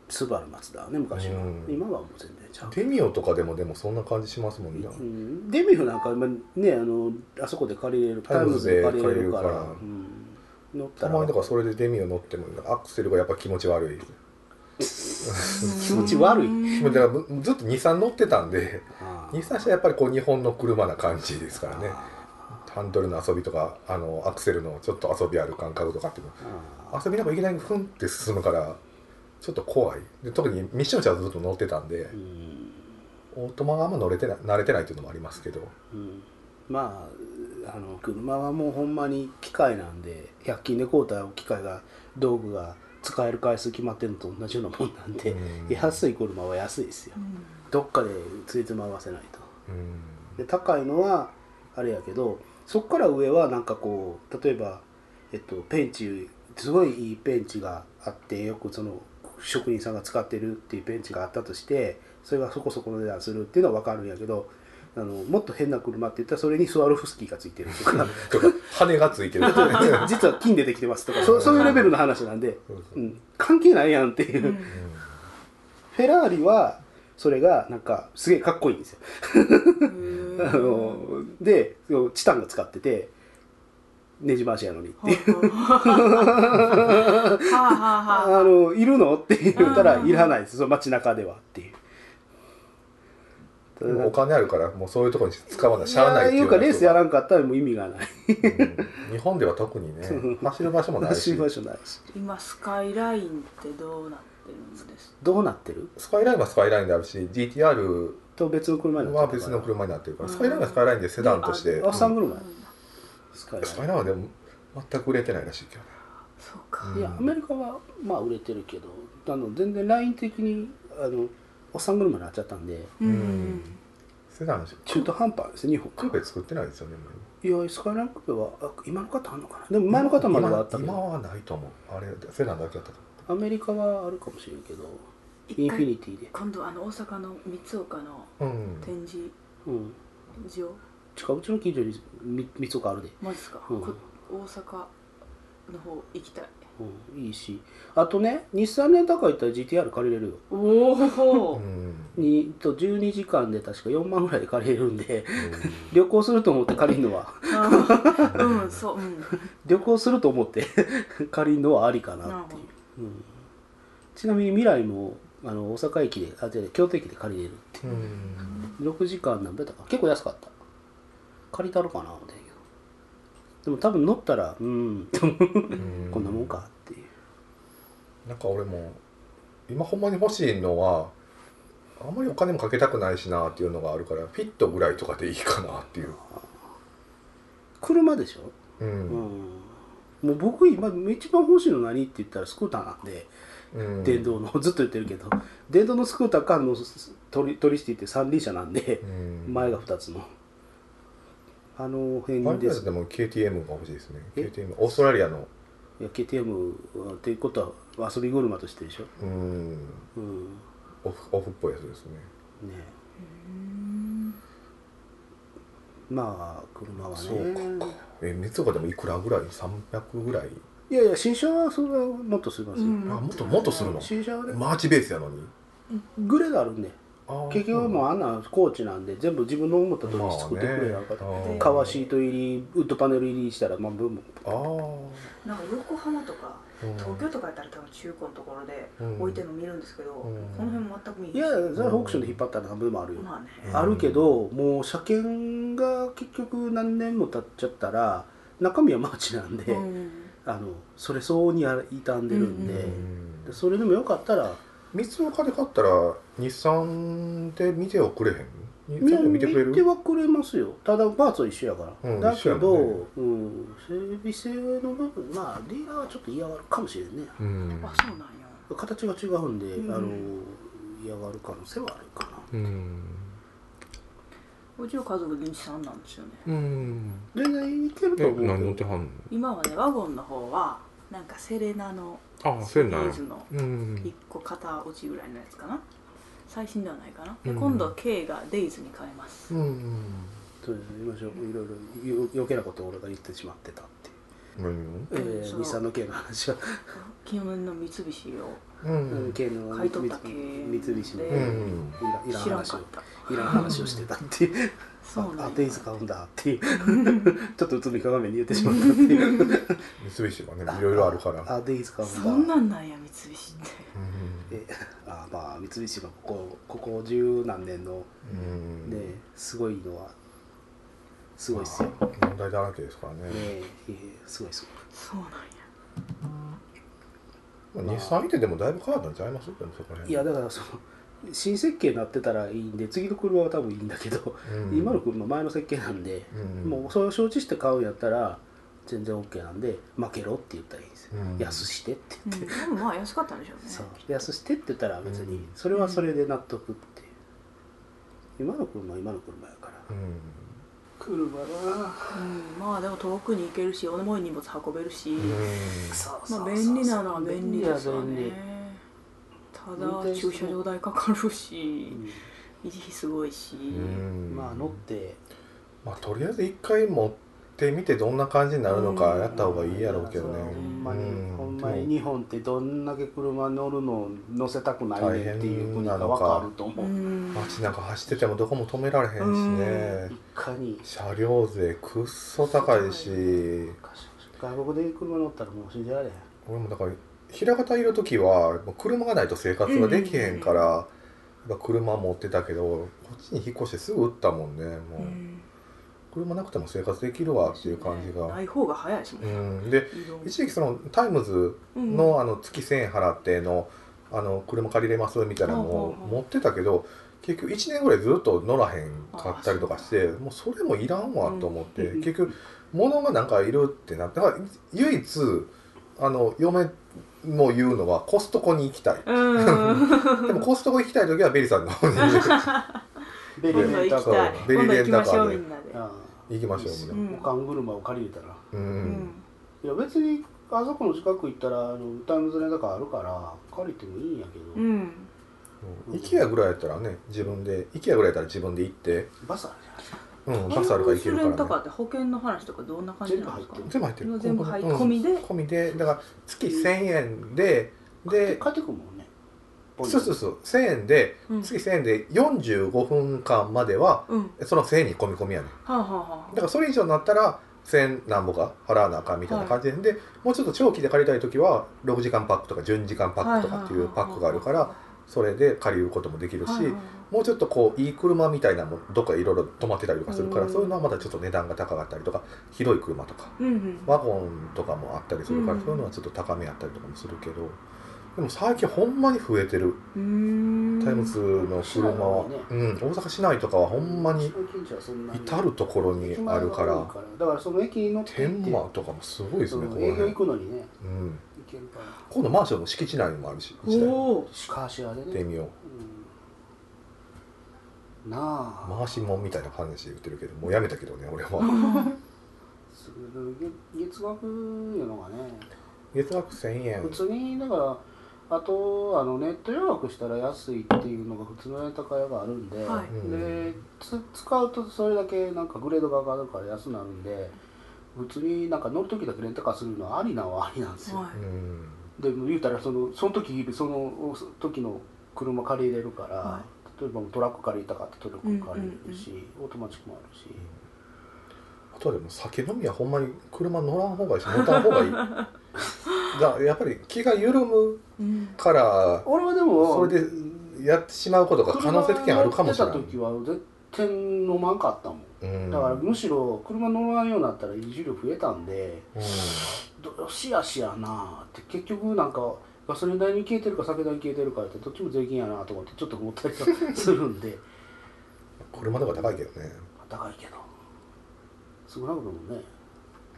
[SPEAKER 3] スバル松田はね昔は、
[SPEAKER 1] うん
[SPEAKER 3] 今はもう全然ちゃう
[SPEAKER 1] デミオとかでもでもそんな感じしますもんね
[SPEAKER 3] うんデビューなんか今ねあのあそこで借りれる
[SPEAKER 1] タ
[SPEAKER 3] タ
[SPEAKER 1] イ
[SPEAKER 3] イ
[SPEAKER 1] ムズ
[SPEAKER 3] ムズ
[SPEAKER 1] で
[SPEAKER 3] で借りれるから
[SPEAKER 1] 借りれるから
[SPEAKER 3] うん乗ったたら
[SPEAKER 1] まにだからそれでデミオ乗ってもアクセルがやっぱ気持ち悪い
[SPEAKER 3] 気持ち悪い
[SPEAKER 2] い
[SPEAKER 1] もうだからむずっと23乗ってたんで
[SPEAKER 3] あー
[SPEAKER 1] 日産車はやっぱりこう日本の車な感じですからね
[SPEAKER 3] あ
[SPEAKER 1] ハンドルの遊びとかあのアクセルのちょっと遊びある感覚とかっていうの
[SPEAKER 3] ーあ
[SPEAKER 1] 遊びなんかいきなりフンって進むからちょっと怖いで特にミッション車はずっと乗ってたんで
[SPEAKER 3] ーうん
[SPEAKER 1] オートマがあんま乗れてない慣れてないっていうのもありますけど
[SPEAKER 3] うんまああの車はもうほんまに機械なんで100均で買うた機械が道具が使える回数決まってるのと同じようなもんなんで、
[SPEAKER 1] うん
[SPEAKER 3] 安い車は安いですよどっかでついて回せないと
[SPEAKER 1] うん
[SPEAKER 3] で高いのはあれやけどそっから上はなんかこう例えば、えっと、ペンチすごいいいペンチがあってよくその職人さんが使ってるっていうペンチがあったとしてそれがそこそこの値段するっていうのは分かるんやけどあのもっと変な車って言ったらそれにスワロフスキーがついてるとか
[SPEAKER 1] とか羽がついてるとかね
[SPEAKER 3] 実は金でできてますとかそそういうレベルの話なんで、
[SPEAKER 1] そうそうう
[SPEAKER 3] う
[SPEAKER 1] ん
[SPEAKER 3] ん、関係ないやんっていう、
[SPEAKER 2] うん
[SPEAKER 3] フェラーリはそれがなんかすげえかっこいいんですよ
[SPEAKER 2] うん
[SPEAKER 3] あのでそのチタンが使っててねじ回しやのにっていう
[SPEAKER 2] はあはあ
[SPEAKER 3] あ
[SPEAKER 2] はあ
[SPEAKER 3] のいるのって言ったら
[SPEAKER 2] あー
[SPEAKER 3] いらないですその街中ではっていう
[SPEAKER 1] でもお
[SPEAKER 3] ただ
[SPEAKER 1] 金あるからもうそういうところに使わないしゃあないって
[SPEAKER 3] いや
[SPEAKER 1] い
[SPEAKER 3] いううかレースや
[SPEAKER 1] ら、
[SPEAKER 3] らんかったらもう意味がない
[SPEAKER 1] うん日本では特にね
[SPEAKER 3] そう
[SPEAKER 1] 走る場所もない
[SPEAKER 3] 走
[SPEAKER 1] し
[SPEAKER 3] る場所ないし
[SPEAKER 2] 今スカイラインってどうなってるんですか
[SPEAKER 3] どうなってる
[SPEAKER 1] スカイラインはスカイラインであるし GTR
[SPEAKER 3] と別の車にな
[SPEAKER 1] は
[SPEAKER 3] ってる
[SPEAKER 1] 別の車になってるから、
[SPEAKER 2] うん
[SPEAKER 1] スカイラインはスカイラインでセダンとして、
[SPEAKER 3] あ3
[SPEAKER 1] うん
[SPEAKER 3] 車やスカイ
[SPEAKER 1] スカ
[SPEAKER 3] ラ
[SPEAKER 1] イ
[SPEAKER 3] イ
[SPEAKER 1] ラインはでも全く売れてないらしいけどね
[SPEAKER 2] そうか
[SPEAKER 1] う
[SPEAKER 3] ンいやアメリカはまあ売れてるけどあの全然ライン的にあのおっさん車になっちゃったんで
[SPEAKER 2] うん
[SPEAKER 1] セダンし
[SPEAKER 3] 中途半端です日本
[SPEAKER 1] クーペ作ってないですよねもう
[SPEAKER 3] いやスカイランクーペはあ今の方あんのかなでも前の方まではあったけ
[SPEAKER 1] 今
[SPEAKER 3] ど
[SPEAKER 1] はないと思うあれセダンだけだったと
[SPEAKER 3] アメリカはあるかもしれんけどイ
[SPEAKER 2] 一
[SPEAKER 3] ンフィ
[SPEAKER 2] 回
[SPEAKER 3] ニティで、
[SPEAKER 2] 今度あの大阪の三岡の
[SPEAKER 1] 思ううん
[SPEAKER 2] 展示
[SPEAKER 3] うん、
[SPEAKER 2] 場
[SPEAKER 3] しかもうちの近所にみ三つかあるで、
[SPEAKER 2] マジですか、
[SPEAKER 3] うん
[SPEAKER 2] こ大阪の方行きたい
[SPEAKER 3] うん、いいしあとね日産レンタカー行ったら GTR 借りれるよ
[SPEAKER 2] おお、
[SPEAKER 1] うんうん
[SPEAKER 3] にと12時間で確か4万ぐらいで借りれるんで 旅行すると思って借りるのは
[SPEAKER 2] あーうんそううん
[SPEAKER 3] 旅行すると思って 借りるのはありかなっていう、うん、ちなみに未来もあの大阪駅であ違う京都駅で借りれるって
[SPEAKER 1] うん
[SPEAKER 3] 6時間何べたか結構安かった借りたのかなみたいなでも多分乗ったらうん
[SPEAKER 1] うん
[SPEAKER 3] こんなもんかっていう
[SPEAKER 1] なんか俺も今ほんまに欲しいのはあんまりお金もかけたくないしなっていうのがあるからフィットぐらいとかでいいかなっていう、
[SPEAKER 3] 車でしょ、
[SPEAKER 1] う
[SPEAKER 3] うん
[SPEAKER 1] ん
[SPEAKER 3] もう僕今一番欲しいの何って言ったらスクーターなんで、
[SPEAKER 1] うん
[SPEAKER 3] 電動の ずっと言ってるけど電動のスクーターかのトリトリシティって三輪車なんで
[SPEAKER 1] う、ん
[SPEAKER 3] 前が2つのあの
[SPEAKER 1] マ
[SPEAKER 3] 辺
[SPEAKER 1] イレ
[SPEAKER 3] で
[SPEAKER 1] ージ
[SPEAKER 3] す
[SPEAKER 1] でも KTM が欲しいですね
[SPEAKER 3] え
[SPEAKER 1] KTM オーストラリアの
[SPEAKER 3] いや KTM っていうことは遊び車としてでしょ
[SPEAKER 1] うん
[SPEAKER 3] うん
[SPEAKER 1] オフオフっぽいやつですね
[SPEAKER 3] ねまあ車はね
[SPEAKER 1] そうえ熱岡でもいくらぐらい300ぐらい、
[SPEAKER 3] いやいや新車はそれはもっとするんですよ、
[SPEAKER 1] あもっともっとするの
[SPEAKER 3] 新車はね、
[SPEAKER 1] マーチベースやのに
[SPEAKER 3] グレードあるんで結局もう
[SPEAKER 1] あ
[SPEAKER 3] あんなコーチなんで全部自分の思った
[SPEAKER 1] ー
[SPEAKER 3] 通り作ってくれやんか
[SPEAKER 1] まあね
[SPEAKER 2] うん
[SPEAKER 1] あー
[SPEAKER 3] カワシート入りウッドパネル入りしたらまあブンブン
[SPEAKER 1] あー
[SPEAKER 4] なんか横浜とか
[SPEAKER 1] うん
[SPEAKER 4] 東京とかやったら多分中古のところで
[SPEAKER 1] うん
[SPEAKER 4] 置いてるの見るんですけど、
[SPEAKER 1] うん
[SPEAKER 4] この辺も全く見
[SPEAKER 3] い
[SPEAKER 4] え
[SPEAKER 3] やい
[SPEAKER 4] ない
[SPEAKER 3] やそれはオークションで引っ張ったら何分もあるよ、
[SPEAKER 4] まあね、
[SPEAKER 1] うん
[SPEAKER 3] あるけどもう車検が結局何年も経っちゃったら中身はマーチなんで、
[SPEAKER 2] うん
[SPEAKER 3] あのそれ相応にや傷んでるんで,
[SPEAKER 2] う
[SPEAKER 3] で、
[SPEAKER 1] うん
[SPEAKER 3] それでもよかったら
[SPEAKER 1] 三岡で買ったら日産で見てはくれへん日
[SPEAKER 3] いや
[SPEAKER 1] 産で見てくれる
[SPEAKER 3] 見てはくれますよただパーツは一緒やから、
[SPEAKER 1] うん
[SPEAKER 3] だけ
[SPEAKER 1] 一緒
[SPEAKER 3] ど、
[SPEAKER 1] やもんね
[SPEAKER 3] うん、整備性の部分まあディーラーはちょっと嫌がるかもしれんね
[SPEAKER 1] うん
[SPEAKER 2] あそうなんや
[SPEAKER 3] 形が違うんで、
[SPEAKER 2] うん
[SPEAKER 3] あの嫌がる可能性はあるかな
[SPEAKER 1] うん
[SPEAKER 2] うちの家族で日産なんですよね
[SPEAKER 1] うん
[SPEAKER 3] 全然いけると思うけど
[SPEAKER 1] はんの
[SPEAKER 2] 今はねワゴンの方はなんかセレナの
[SPEAKER 1] ああ
[SPEAKER 2] シリーズの
[SPEAKER 1] うん
[SPEAKER 2] 1個型落ちぐらいのやつかな最新ではないかな、
[SPEAKER 1] うん
[SPEAKER 2] で今度は K がデイズに変えます、
[SPEAKER 1] うん
[SPEAKER 3] と言いましょういろいろよ余計なことを俺が言ってしまってたって
[SPEAKER 1] うん
[SPEAKER 3] いう、
[SPEAKER 2] うん
[SPEAKER 3] え
[SPEAKER 2] そ
[SPEAKER 3] ー、
[SPEAKER 2] う
[SPEAKER 3] 日産の系の話は、
[SPEAKER 2] 昨日の三菱を
[SPEAKER 1] う
[SPEAKER 3] うん
[SPEAKER 1] ん
[SPEAKER 3] 系の
[SPEAKER 2] 買い取
[SPEAKER 3] 三
[SPEAKER 2] った系
[SPEAKER 3] 菱の
[SPEAKER 2] で
[SPEAKER 3] い
[SPEAKER 1] うん
[SPEAKER 3] らいらん
[SPEAKER 2] 知らん
[SPEAKER 3] 話
[SPEAKER 2] かっ
[SPEAKER 3] を
[SPEAKER 2] た
[SPEAKER 3] いらん話をしてたっていう
[SPEAKER 2] そうなん
[SPEAKER 3] あ
[SPEAKER 2] や
[SPEAKER 3] あデイズ買うんだっていう ちょっとうつみ鏡に言ってしまったっていう
[SPEAKER 1] 三菱はねいろいろあるから
[SPEAKER 3] あデイズ買うんだ
[SPEAKER 2] そんなんなんや三菱って
[SPEAKER 1] うん
[SPEAKER 3] であまあ三菱がここここ十何年の
[SPEAKER 1] うん
[SPEAKER 3] ね、すごいのはすごいっすよ、ね
[SPEAKER 1] まあ問題だらけですからね、
[SPEAKER 3] えいえすごいっすよ
[SPEAKER 2] そうなんや
[SPEAKER 1] まあ、日産見てでもだいぶ変わったんちゃいますでもそこら辺
[SPEAKER 3] いやだからその新設計になってたらいいんで次の車は多分いいんだけど、
[SPEAKER 1] うん
[SPEAKER 3] 今の車前の設計なんで、
[SPEAKER 1] うん
[SPEAKER 3] もうそれを承知して買うんやったら全然 OK なんで負けろって言ったらいいんですよ、
[SPEAKER 1] うん
[SPEAKER 3] 安してって
[SPEAKER 2] うんでもまあ安かったんでしょうね
[SPEAKER 3] そう安してって言ったら別
[SPEAKER 1] う
[SPEAKER 3] に
[SPEAKER 1] ん
[SPEAKER 3] それはそれで納得っていう今の車は今の車やから、
[SPEAKER 1] うん
[SPEAKER 3] 車は
[SPEAKER 2] うん、まあでも遠くに行けるし重い荷物運べるし、
[SPEAKER 1] うん
[SPEAKER 3] そう
[SPEAKER 2] まあ便利なのは便利ですよ
[SPEAKER 3] 便利
[SPEAKER 2] ね
[SPEAKER 3] や
[SPEAKER 2] ただ駐車場代かかるし維持費すごいし、
[SPEAKER 1] うん
[SPEAKER 3] まあ乗って
[SPEAKER 1] まあとりあえず一回持ってみてどんな感じになるのかやった方がいいやろうけどね、
[SPEAKER 3] いやそれはほんまに、
[SPEAKER 1] うん
[SPEAKER 3] ほんまに日本ってどんだけ車乗るの乗せたくないねっていう国が分かると思う、
[SPEAKER 2] うん
[SPEAKER 1] 街中走っててもどこも止められへんしね、
[SPEAKER 3] いかに
[SPEAKER 1] 車両税くっそ高いし、
[SPEAKER 3] 外国で車乗ったらもう死んじゃうね
[SPEAKER 1] 俺もだから平方いる時はもう車がないと生活ができへんから、やっぱ車持ってたけどこっちに引っ越してすぐ売ったもんねもう、
[SPEAKER 2] うん
[SPEAKER 1] 車なくても生活できるわっていう感じが
[SPEAKER 2] な、い方が早いですもん、
[SPEAKER 1] うん、で
[SPEAKER 2] 移動
[SPEAKER 1] 一時期そのタイムズの,、あの月1,000円払ってのあの車借りれますみたいなの
[SPEAKER 2] ほ
[SPEAKER 1] を
[SPEAKER 2] うほうほう
[SPEAKER 1] 持ってたけど結局1年ぐらいずっと乗らへんかったりとかしてもうそれもいらんわと思って、
[SPEAKER 3] うん
[SPEAKER 1] 結局物がなんかいるってなってだから唯一あの嫁も言うのはコストコに行きた い。
[SPEAKER 2] うん、うん、
[SPEAKER 1] でもコストコ行きたい時はベリさんの方に行
[SPEAKER 3] ベリ
[SPEAKER 2] 今度
[SPEAKER 3] ーレンタ
[SPEAKER 2] 行
[SPEAKER 3] カ
[SPEAKER 2] き
[SPEAKER 1] そう
[SPEAKER 2] たい
[SPEAKER 3] ー
[SPEAKER 1] ベリ
[SPEAKER 2] 今
[SPEAKER 1] ー
[SPEAKER 2] 度
[SPEAKER 1] レン
[SPEAKER 2] 行き
[SPEAKER 1] タ
[SPEAKER 2] ま
[SPEAKER 1] カ
[SPEAKER 2] しょ
[SPEAKER 1] ー
[SPEAKER 2] う
[SPEAKER 1] で
[SPEAKER 2] みんなで
[SPEAKER 3] あ
[SPEAKER 1] きましょうみ
[SPEAKER 2] ん
[SPEAKER 3] おかん車を借りれたら
[SPEAKER 1] たいな。う
[SPEAKER 2] うんん
[SPEAKER 3] いや別にあそこの近く行ったらあのタイムズレンタカーあるから借りてもいいんやけど、
[SPEAKER 2] うん
[SPEAKER 1] うん IKEA ぐらいやったらね自分で IKEA ぐらいやったら自分で行って、
[SPEAKER 3] バスあるじゃないですか
[SPEAKER 1] うん、バスあるから行ける
[SPEAKER 2] レン
[SPEAKER 1] か
[SPEAKER 2] タカ
[SPEAKER 1] らね
[SPEAKER 2] ーって保険の話とかどんな感じなんですか
[SPEAKER 3] 全部入って
[SPEAKER 1] 全部入ってる
[SPEAKER 2] 全部入って込みで
[SPEAKER 1] うん込みでだから月1,000円でで
[SPEAKER 3] 帰ってくるもんね
[SPEAKER 1] そうそうそう1,000円で
[SPEAKER 2] うん
[SPEAKER 1] 月1,000円で45分間までは
[SPEAKER 2] うんは
[SPEAKER 1] その1,000円に込み込みやねん
[SPEAKER 2] あ、はあはあ
[SPEAKER 1] だからそれ以上になったら1,000何ぼか払わなあかんみたいな感じで、でもうちょっと長期で借りたい時は6時間パックとか12時間パックとかっていうパックがあるからそれで借りることもできるし、
[SPEAKER 2] はいはいはい
[SPEAKER 1] もうちょっとこういい車みたいなのもどっかいろいろ止まってたりとかするから、
[SPEAKER 2] うん
[SPEAKER 1] そういうのはまだちょっと値段が高かったりとか広い車とか
[SPEAKER 2] うんうん
[SPEAKER 1] ワゴンとかもあったりするから、
[SPEAKER 2] うん
[SPEAKER 1] そういうのはちょっと高めあったりとかもするけどでも最近ほんまに増えてる、
[SPEAKER 2] うーん
[SPEAKER 1] タイムズの車は、
[SPEAKER 3] 市
[SPEAKER 1] うん、大阪市内とかはほんまに
[SPEAKER 3] 最近じゃそんなに
[SPEAKER 1] 至る所にあるから、
[SPEAKER 3] だからその駅に乗って行っ
[SPEAKER 1] 天
[SPEAKER 3] て
[SPEAKER 1] 満とかもすごいですね、
[SPEAKER 3] う
[SPEAKER 1] こ
[SPEAKER 3] ん
[SPEAKER 1] こ
[SPEAKER 3] 営
[SPEAKER 1] ら
[SPEAKER 3] 業
[SPEAKER 1] 辺
[SPEAKER 3] 行くのにね
[SPEAKER 1] うん、
[SPEAKER 3] 行けるから
[SPEAKER 1] 今度マンションの敷地内にもあるし一台
[SPEAKER 2] おお
[SPEAKER 3] シカーシェアでね
[SPEAKER 1] 行ってみよう
[SPEAKER 3] うんなあ、
[SPEAKER 1] 回しもんみたいな感じで言ってるけどもうやめたけどね俺は。
[SPEAKER 3] する月額いうのがね
[SPEAKER 1] 月額1000円
[SPEAKER 3] 普通にだからあとあのネット予約したら安いっていうのが普通のレンタカー屋があるんで、
[SPEAKER 2] はい
[SPEAKER 1] うん
[SPEAKER 3] でつ使うとそれだけなんかグレードが上がるから安なるんで普通になんか乗る時だけレンタカーするのはありなんはありなんですよ、
[SPEAKER 2] は
[SPEAKER 1] うん
[SPEAKER 3] でも言うたらそのその時その時の車借りれるから、
[SPEAKER 2] は
[SPEAKER 3] 例えばトラック借りたかってトラック借りれるし、オートマチックもあるし、
[SPEAKER 1] あとはでも酒飲みはほんまに車乗らん方がいいし乗ったん方がいいだやっぱり気が緩む
[SPEAKER 2] い うん
[SPEAKER 1] から
[SPEAKER 3] 俺はで
[SPEAKER 1] そ
[SPEAKER 3] も
[SPEAKER 1] れでやってしまうことが可能性的にあるかもしれな
[SPEAKER 3] 車
[SPEAKER 1] い
[SPEAKER 3] 乗ってた時は絶対飲まんかったもん、
[SPEAKER 1] うん
[SPEAKER 3] だからむしろ車乗らんようになったら移住量増えたんで
[SPEAKER 1] うん
[SPEAKER 3] どしやしやなって結局なんかガソリン代に消えてるか酒代に消えてるかってどっちも税金やなと思ってちょっと思ったりはするんで
[SPEAKER 1] 車とか高いけどね
[SPEAKER 3] 高いけど少なくともね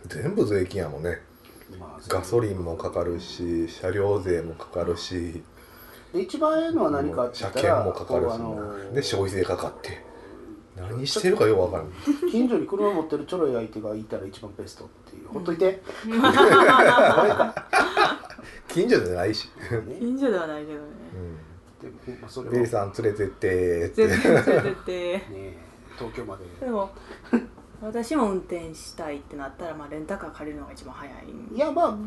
[SPEAKER 1] 全部税金やもんね
[SPEAKER 3] まあ
[SPEAKER 1] ガソリンもかかるし車両税もかかるし
[SPEAKER 3] で一番ええのは何かって言
[SPEAKER 1] 車
[SPEAKER 3] った
[SPEAKER 1] 検
[SPEAKER 3] ら
[SPEAKER 1] もかかるし
[SPEAKER 3] こうあ
[SPEAKER 1] な
[SPEAKER 3] の
[SPEAKER 1] で消費税かかって何してるかよくわからん
[SPEAKER 3] 近所に車持ってるちょろい相手がいたら一番ベストっていうほっと いて、
[SPEAKER 1] 近所じゃないし、
[SPEAKER 3] ね
[SPEAKER 2] 近所ではないけどね
[SPEAKER 1] う
[SPEAKER 3] でまあそ
[SPEAKER 1] ん、
[SPEAKER 3] れを
[SPEAKER 1] ベリ
[SPEAKER 3] ね
[SPEAKER 1] さん連れてってーって
[SPEAKER 2] 絶対連れてって
[SPEAKER 3] 東京まで
[SPEAKER 2] でも私も運転したいってなったら、まあ、レンタカー借りるのが一番早い
[SPEAKER 3] いやまあ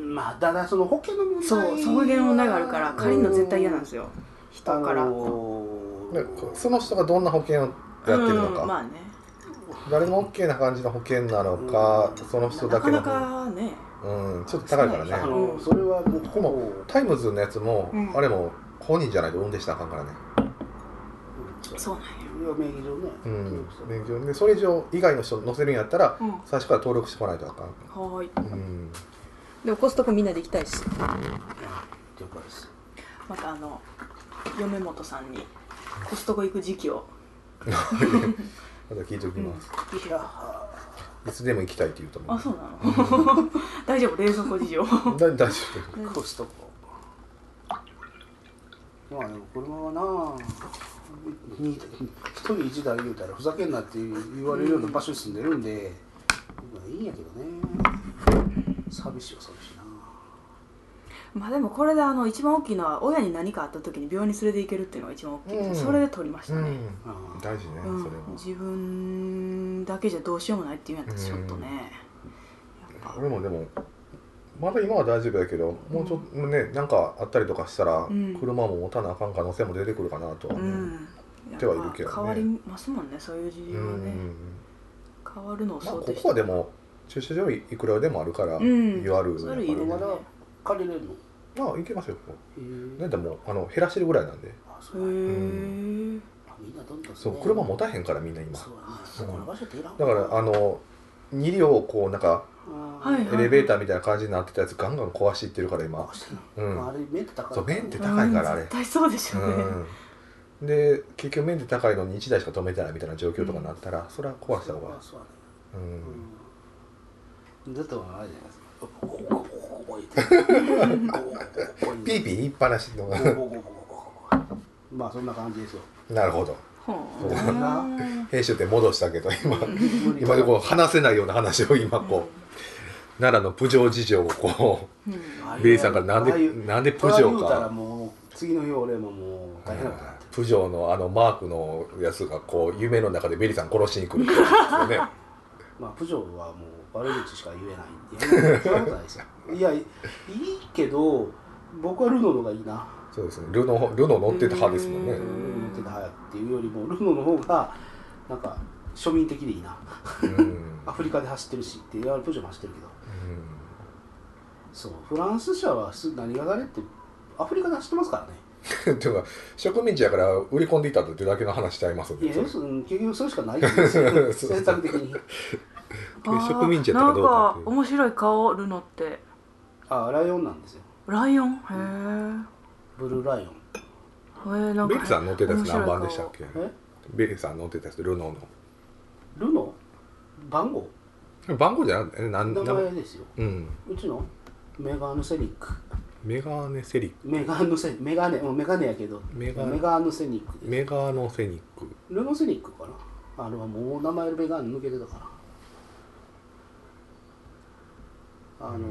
[SPEAKER 3] まあただその保険の問題
[SPEAKER 2] そうそういう問題があるから借りるの絶対嫌なんですすよ人
[SPEAKER 3] だ
[SPEAKER 2] から、
[SPEAKER 1] でその人がどんな保険をやってるのか、
[SPEAKER 2] うん、まあね
[SPEAKER 1] 誰も OK な感じの保険なのか、
[SPEAKER 3] うん
[SPEAKER 1] その人
[SPEAKER 2] な
[SPEAKER 1] だ
[SPEAKER 2] か
[SPEAKER 1] けの
[SPEAKER 2] なかね
[SPEAKER 1] うんちょっと高いから
[SPEAKER 2] そう
[SPEAKER 1] ね
[SPEAKER 3] あのそれはもう
[SPEAKER 1] ここもタイムズのやつも、
[SPEAKER 2] うん
[SPEAKER 1] あれも本人じゃないと運転したらあかんからね
[SPEAKER 2] そうなんや
[SPEAKER 3] いや名義上ね、
[SPEAKER 1] うん免許でそれ以上以外の人乗せるんやったら
[SPEAKER 2] うんは
[SPEAKER 1] 最初から登録してこないとあかん
[SPEAKER 2] ーい
[SPEAKER 1] うん
[SPEAKER 2] でもコストコみんなで行きたいし
[SPEAKER 3] 了解です
[SPEAKER 2] またあの嫁元さんにコストコ行く時期を、
[SPEAKER 1] また聞いておき
[SPEAKER 2] うん、
[SPEAKER 1] ます、
[SPEAKER 2] い
[SPEAKER 3] い
[SPEAKER 2] や
[SPEAKER 3] やはい
[SPEAKER 1] つでも行きたいって言うと思う
[SPEAKER 2] あそうなの 大丈夫冷蔵庫 事情
[SPEAKER 1] うん 大大丈
[SPEAKER 3] あコストコまあでも車はなに一人一台言うたらふざけんなって言われるような場所に住んでるんで、まあいいんやけどね寂しいは寂しいな
[SPEAKER 2] まあでもこれであの一番大きいのは親に何かあった時に病院に連れて行けるっていうのが一番大きい、
[SPEAKER 1] うん
[SPEAKER 2] それで取りまし
[SPEAKER 1] 夫
[SPEAKER 2] たね、
[SPEAKER 3] あ
[SPEAKER 1] うん
[SPEAKER 3] あ
[SPEAKER 1] 大事ね、
[SPEAKER 2] うん
[SPEAKER 1] それは
[SPEAKER 2] 自分だけじゃどうしようもないっていうんやったらちょっとね、やっぱ
[SPEAKER 1] 俺もでもまだ今は大丈夫やけどもうちょっとねなんかあったりとかしたら、
[SPEAKER 2] ん
[SPEAKER 1] 車も持たなあかん可能性も出てくるかなとは
[SPEAKER 2] う
[SPEAKER 1] ね
[SPEAKER 2] んやっ
[SPEAKER 1] 手はいるけどね
[SPEAKER 2] ぱ変わりますもんねそういう事
[SPEAKER 1] う
[SPEAKER 2] 情はね、
[SPEAKER 1] ん
[SPEAKER 2] 変わるのを
[SPEAKER 1] まあ
[SPEAKER 2] 想
[SPEAKER 1] こ
[SPEAKER 2] 定して
[SPEAKER 1] こはでも駐車場いくらでもあるから、
[SPEAKER 2] うん
[SPEAKER 1] 言わる
[SPEAKER 2] それいいね
[SPEAKER 1] ま
[SPEAKER 3] まだ借りれるの
[SPEAKER 1] あ行けますよここ
[SPEAKER 3] えー
[SPEAKER 1] ねでもあの減らしてるぐらいなんで
[SPEAKER 3] あそ
[SPEAKER 2] へ
[SPEAKER 3] うなんや
[SPEAKER 2] ー
[SPEAKER 3] みんなどんどんね
[SPEAKER 1] そう車持たへんからみんな今
[SPEAKER 3] そうやねこの場所っていらん
[SPEAKER 1] だからあの2両をこうなんか
[SPEAKER 3] は
[SPEAKER 2] はい
[SPEAKER 1] エレベーターみたいな感じになってたやつガンガン壊していってるから今う
[SPEAKER 3] まあ、
[SPEAKER 1] ん
[SPEAKER 3] あれメンテ高い
[SPEAKER 1] そうメンテ
[SPEAKER 3] 高
[SPEAKER 1] 高いからあ
[SPEAKER 2] うん
[SPEAKER 1] れ
[SPEAKER 2] 絶対そうでしょうね、
[SPEAKER 1] うんで結局面で高いのに1台しか止めてないみたいな状況とかになったら、それは壊した方が
[SPEAKER 3] そうだ
[SPEAKER 1] う
[SPEAKER 3] ね
[SPEAKER 1] ん、
[SPEAKER 3] うんだとあれじゃないですかゴゴゴゴゴ
[SPEAKER 1] ピ
[SPEAKER 3] ゴゴゴ
[SPEAKER 1] ーピー言いっぱなしの
[SPEAKER 3] ゴゴゴゴゴゴまあそんな感じですよ
[SPEAKER 1] なるほど
[SPEAKER 2] ほ
[SPEAKER 1] そう
[SPEAKER 2] う
[SPEAKER 3] だな
[SPEAKER 1] 編集点戻したけど今
[SPEAKER 3] 無理
[SPEAKER 1] 今でこう話せないような話を今こう奈良のプジョー事情をこ
[SPEAKER 2] うんうん
[SPEAKER 3] あ
[SPEAKER 1] う
[SPEAKER 3] れ
[SPEAKER 1] ベイさんがなん
[SPEAKER 3] ああいう
[SPEAKER 1] でなんでプジョー
[SPEAKER 3] それ言うたら
[SPEAKER 1] か
[SPEAKER 3] もう次の日俺ももう大変なことになって
[SPEAKER 1] プジョーのあのマークのやつがこう夢の中でベリさん殺しに来るってことですよね
[SPEAKER 3] るまあプジョーはもう悪口しか言えないいやそんなことないですよいやいいけど僕はルノのがいいな
[SPEAKER 1] そうですねルノルノ乗ってた派ですもんね
[SPEAKER 2] う
[SPEAKER 3] ル
[SPEAKER 2] ん
[SPEAKER 3] ノの手で早くっていうよりもルノの方がなんか庶民的でいいな
[SPEAKER 1] うん、うん
[SPEAKER 3] アフリカで走ってるしっていやプジョーも走ってるけどそうフランス車はす何が誰ってアフリカで走ってますからね
[SPEAKER 1] っていうか植民地やから売り込んでいたってだけの話しちゃいますん
[SPEAKER 3] い
[SPEAKER 1] で
[SPEAKER 3] や
[SPEAKER 1] それ
[SPEAKER 3] 要するに結局それしかないんです よ
[SPEAKER 1] そう
[SPEAKER 3] 選択的に
[SPEAKER 1] 植民地やったかどうか
[SPEAKER 2] な
[SPEAKER 1] っ
[SPEAKER 2] ん
[SPEAKER 1] てい
[SPEAKER 2] か
[SPEAKER 1] う
[SPEAKER 2] 面白い顔ルノって
[SPEAKER 3] あライオンなんですよ
[SPEAKER 2] ライオンへえ、
[SPEAKER 3] ブルーライオン
[SPEAKER 2] へえなんか
[SPEAKER 1] ベリさん乗ってたやつ何番でしたっけ
[SPEAKER 3] え
[SPEAKER 1] ベリさん乗ってたやつルノ
[SPEAKER 3] ルノ番号
[SPEAKER 1] ーの番号じゃなくて何
[SPEAKER 3] 名前ですよ
[SPEAKER 1] うん
[SPEAKER 3] うちのメガヌセニック
[SPEAKER 1] メガネセリ
[SPEAKER 3] メガヌセメガネもうメガネやけど
[SPEAKER 1] メ
[SPEAKER 3] メ
[SPEAKER 1] ガ
[SPEAKER 3] ガ
[SPEAKER 1] ネ
[SPEAKER 3] ヌセニック
[SPEAKER 1] メガノセニック
[SPEAKER 3] ルノセニックかなあれはもう名前のメガネ抜けてたからあのー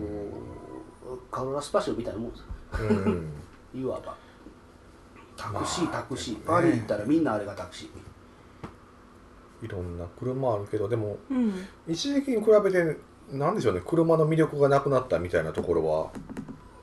[SPEAKER 3] カロラスパシオみたいなもんですよ
[SPEAKER 1] うん
[SPEAKER 3] いわばタクシータクシーパリ行ったらみんなあれがタクシー
[SPEAKER 1] いろんな車あるけどでも
[SPEAKER 2] うん
[SPEAKER 1] 一時期に比べてなんでしょうね車の魅力がなくなったみたいなところ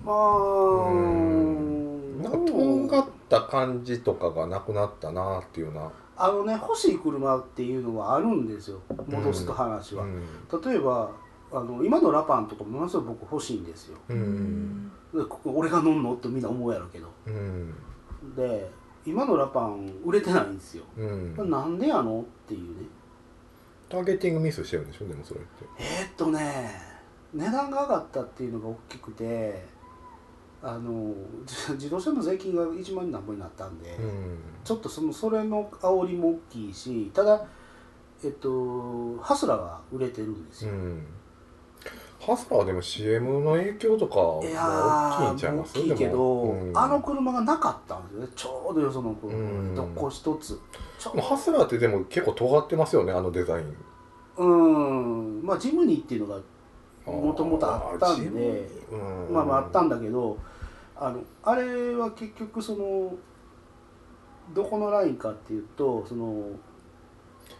[SPEAKER 1] は
[SPEAKER 3] あ
[SPEAKER 1] なんかとんがった感じとかがなくなったなっていうな
[SPEAKER 3] あのね欲しい車っていうのはあるんですよ戻すと話
[SPEAKER 1] う
[SPEAKER 3] は、
[SPEAKER 1] ん
[SPEAKER 3] 例えばあの今のラパンとかものすごく僕欲しいんですよ
[SPEAKER 1] うん
[SPEAKER 3] でここ俺が飲んのってみんな思うやろうけど
[SPEAKER 1] うん
[SPEAKER 3] で今のラパン売れてないんですよ、
[SPEAKER 1] うん
[SPEAKER 3] なんでやのっていうね
[SPEAKER 1] ターゲティングミスしてるんでしょでもそれって
[SPEAKER 3] えーっとね値段が上がったっていうのが大きくてあの 自自動車の税金が1万何本になったんで、
[SPEAKER 1] うん
[SPEAKER 3] ちょっとそのそれの煽りも大きいしただえっとハスラーが売れてるんです
[SPEAKER 1] う
[SPEAKER 3] よ、
[SPEAKER 1] んハスラーでも CM の影響とかはい
[SPEAKER 3] や
[SPEAKER 1] 大きいんちゃ
[SPEAKER 3] ー
[SPEAKER 1] い
[SPEAKER 3] もう
[SPEAKER 1] ま
[SPEAKER 3] 大
[SPEAKER 1] す
[SPEAKER 3] きいけ
[SPEAKER 1] で
[SPEAKER 3] ど、
[SPEAKER 1] もうん
[SPEAKER 3] あの車がなかったんですよねちょうどよその車、
[SPEAKER 1] うん
[SPEAKER 3] どこ一つちょ
[SPEAKER 1] でもハスラーってでも結構尖ってますよねあのデザイン
[SPEAKER 3] うんまあジムニーっていうのがもともとあったんで、
[SPEAKER 1] あーうん
[SPEAKER 3] まあまああったんだけどあのあれは結局そのどこのラインかっていうとその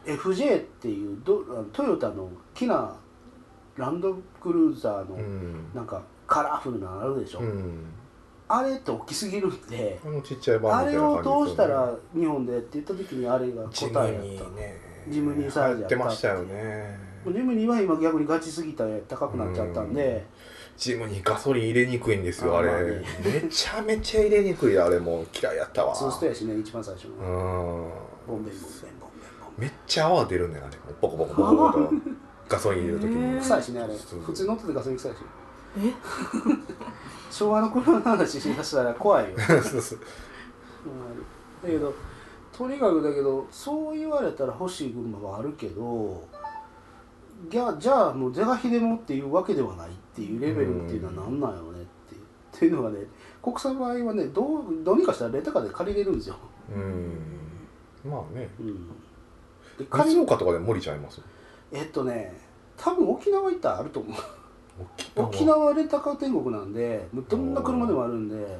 [SPEAKER 3] FJ っていうどあのトヨタのキナランドクルーザー
[SPEAKER 1] う
[SPEAKER 3] の
[SPEAKER 1] ん
[SPEAKER 3] なんかカラフルなのあるでしょ、
[SPEAKER 1] うん
[SPEAKER 3] あれって大きすぎるんで
[SPEAKER 1] あのちっちゃい版
[SPEAKER 3] あ
[SPEAKER 1] みたい
[SPEAKER 3] れ
[SPEAKER 1] な
[SPEAKER 3] を
[SPEAKER 1] 感じですよね
[SPEAKER 3] どうしたら日本でって言った時にあれが
[SPEAKER 1] ジ
[SPEAKER 3] 答
[SPEAKER 1] ム
[SPEAKER 3] え
[SPEAKER 1] ニ
[SPEAKER 3] だった
[SPEAKER 1] ーね
[SPEAKER 3] ジムニーサー
[SPEAKER 1] や
[SPEAKER 3] ジや
[SPEAKER 1] っ
[SPEAKER 3] った
[SPEAKER 1] て
[SPEAKER 3] て
[SPEAKER 1] ましたよね
[SPEAKER 3] ジムニーは今逆にガチすぎて高くなっちゃったんで、
[SPEAKER 1] ジムにガソリン入れにくいんですよ
[SPEAKER 3] あ
[SPEAKER 1] あれ
[SPEAKER 3] まあね
[SPEAKER 1] めちゃめちゃ入れにくいあれもう嫌いやったわ
[SPEAKER 3] ツーストやしね一番最初
[SPEAKER 1] う
[SPEAKER 3] の、
[SPEAKER 1] ん
[SPEAKER 3] ボンベンボンベンボンベンボンベ
[SPEAKER 1] めっちゃ泡出るねあれボコボコボコボコ とガソリン入れる時
[SPEAKER 2] へ
[SPEAKER 1] に
[SPEAKER 2] ー
[SPEAKER 3] ン臭いしねあれ
[SPEAKER 1] そう
[SPEAKER 3] 普通乗っててガソリン臭いし
[SPEAKER 2] え
[SPEAKER 3] 昭和の頃の話しだしたら 怖いよほんま
[SPEAKER 1] そうそう
[SPEAKER 3] にだけどとにかくだけどそう言われたら欲しい群馬はあるけどじゃあじゃあもう是が非でもっていうわけではないっていうレベルっていうのは何なんやろうねっていうっていうのはね国産の場合はねどうどうにかしたらレンタカーで借りれるんですよ、
[SPEAKER 1] うんまあね
[SPEAKER 3] うん、で借り
[SPEAKER 1] 静岡とかでも無理ちゃいます
[SPEAKER 3] えっとね多分沖縄行ったらあると思う
[SPEAKER 1] 沖
[SPEAKER 3] 沖縄はレンタカー天国なんでもうどんな車でもあるんで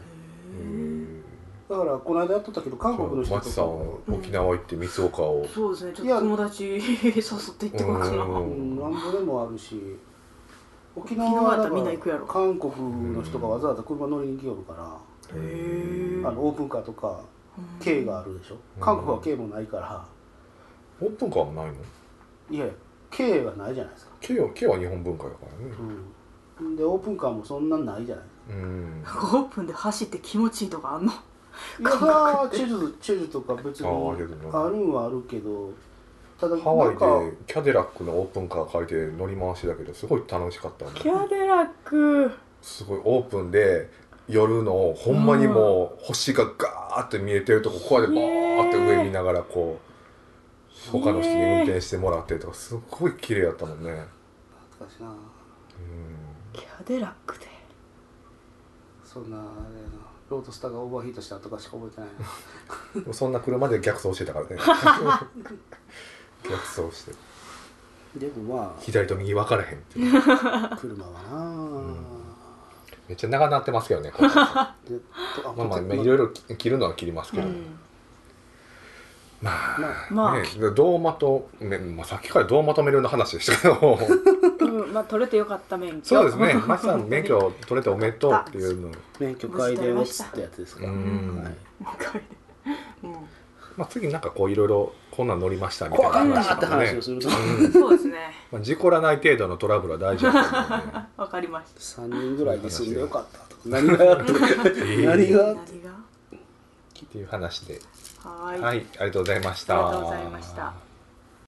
[SPEAKER 1] うん
[SPEAKER 3] だからこの間やっとったけど韓国の人
[SPEAKER 1] 松さん
[SPEAKER 3] と
[SPEAKER 1] 沖縄行って三岡を
[SPEAKER 2] そうですねちょっ
[SPEAKER 3] いや
[SPEAKER 2] と友達 誘って行ってこうかな
[SPEAKER 1] う
[SPEAKER 3] かうんなんぼでもあるし沖
[SPEAKER 2] 沖縄
[SPEAKER 3] 縄
[SPEAKER 2] やった
[SPEAKER 3] だ
[SPEAKER 2] ら
[SPEAKER 3] か
[SPEAKER 2] みんな行くやろ
[SPEAKER 3] ら韓国の人がわざわざ車乗りに来よるから、
[SPEAKER 2] へー
[SPEAKER 3] あのオープンカーとか
[SPEAKER 2] うん
[SPEAKER 3] K があるでしょ
[SPEAKER 1] うん
[SPEAKER 3] 韓国は K もないから
[SPEAKER 1] オープンカーもないの
[SPEAKER 3] いやいや K はないじゃないですか、
[SPEAKER 1] K は K は日本文化だからね
[SPEAKER 3] うん、でオープンカーもそんなんないじゃない
[SPEAKER 1] うん
[SPEAKER 2] オープンで走って気持ちいいとかあんの
[SPEAKER 3] いやさあチェジュチェジュとか別に
[SPEAKER 1] あ
[SPEAKER 3] あ
[SPEAKER 1] ああるけどな
[SPEAKER 3] るんはあるけどただなん
[SPEAKER 1] ハワイ
[SPEAKER 3] か
[SPEAKER 1] でキャデラックのオープンカー借りて乗り回しだけどすごい楽しかった
[SPEAKER 2] キ
[SPEAKER 1] ね
[SPEAKER 2] ャデラック
[SPEAKER 1] すごいオープンで夜のほんまにもう星がガーッて見えてるとここうやってバーって上見ながらこう他の人に運転してもらってとかすごい綺麗やったもんね
[SPEAKER 3] 懐かしいな
[SPEAKER 1] うん
[SPEAKER 2] キャデラックで
[SPEAKER 3] そんなあれやなロードスターがオーバーヒートしたとかしか覚えてないな
[SPEAKER 1] でもそんな車で逆走してたからね逆走して
[SPEAKER 3] でもまあ
[SPEAKER 1] 左と右分からへんっていう
[SPEAKER 3] 車はなあ、
[SPEAKER 1] めっちゃ長なってますけどねこれま
[SPEAKER 3] でとあ
[SPEAKER 1] あまあ
[SPEAKER 3] こっち
[SPEAKER 1] いろいろ切るのは切りますけ
[SPEAKER 2] う
[SPEAKER 1] ど、
[SPEAKER 2] ん
[SPEAKER 1] まあ
[SPEAKER 3] ま
[SPEAKER 2] まあ、
[SPEAKER 1] ね、どうまとめ、まあ、さっきからどうまとめるような話でしたけ ど
[SPEAKER 2] うんまあ取れてよかった免許
[SPEAKER 1] そうですねマスさん免許取れておめでとうっていうの、
[SPEAKER 3] 免許改伝をっつったやつですから、
[SPEAKER 1] うん
[SPEAKER 3] はい、
[SPEAKER 2] う
[SPEAKER 1] まあ、次なんかこういろいろこんなん乗りましたみたい
[SPEAKER 3] 怖
[SPEAKER 1] な
[SPEAKER 3] かった
[SPEAKER 1] 話
[SPEAKER 3] っ
[SPEAKER 1] とかね
[SPEAKER 3] て話をすると、
[SPEAKER 2] ん、そうですね
[SPEAKER 1] まあ、事故らない程度のトラブルは大事だと思
[SPEAKER 2] わかりました
[SPEAKER 3] 3人ぐらいで住んでよかったとか何があって 何があ
[SPEAKER 2] 何
[SPEAKER 3] っ
[SPEAKER 2] が
[SPEAKER 3] て
[SPEAKER 1] っていう話で
[SPEAKER 2] はーい
[SPEAKER 1] はいありがとうございまし
[SPEAKER 2] あり
[SPEAKER 1] た
[SPEAKER 2] がとうございました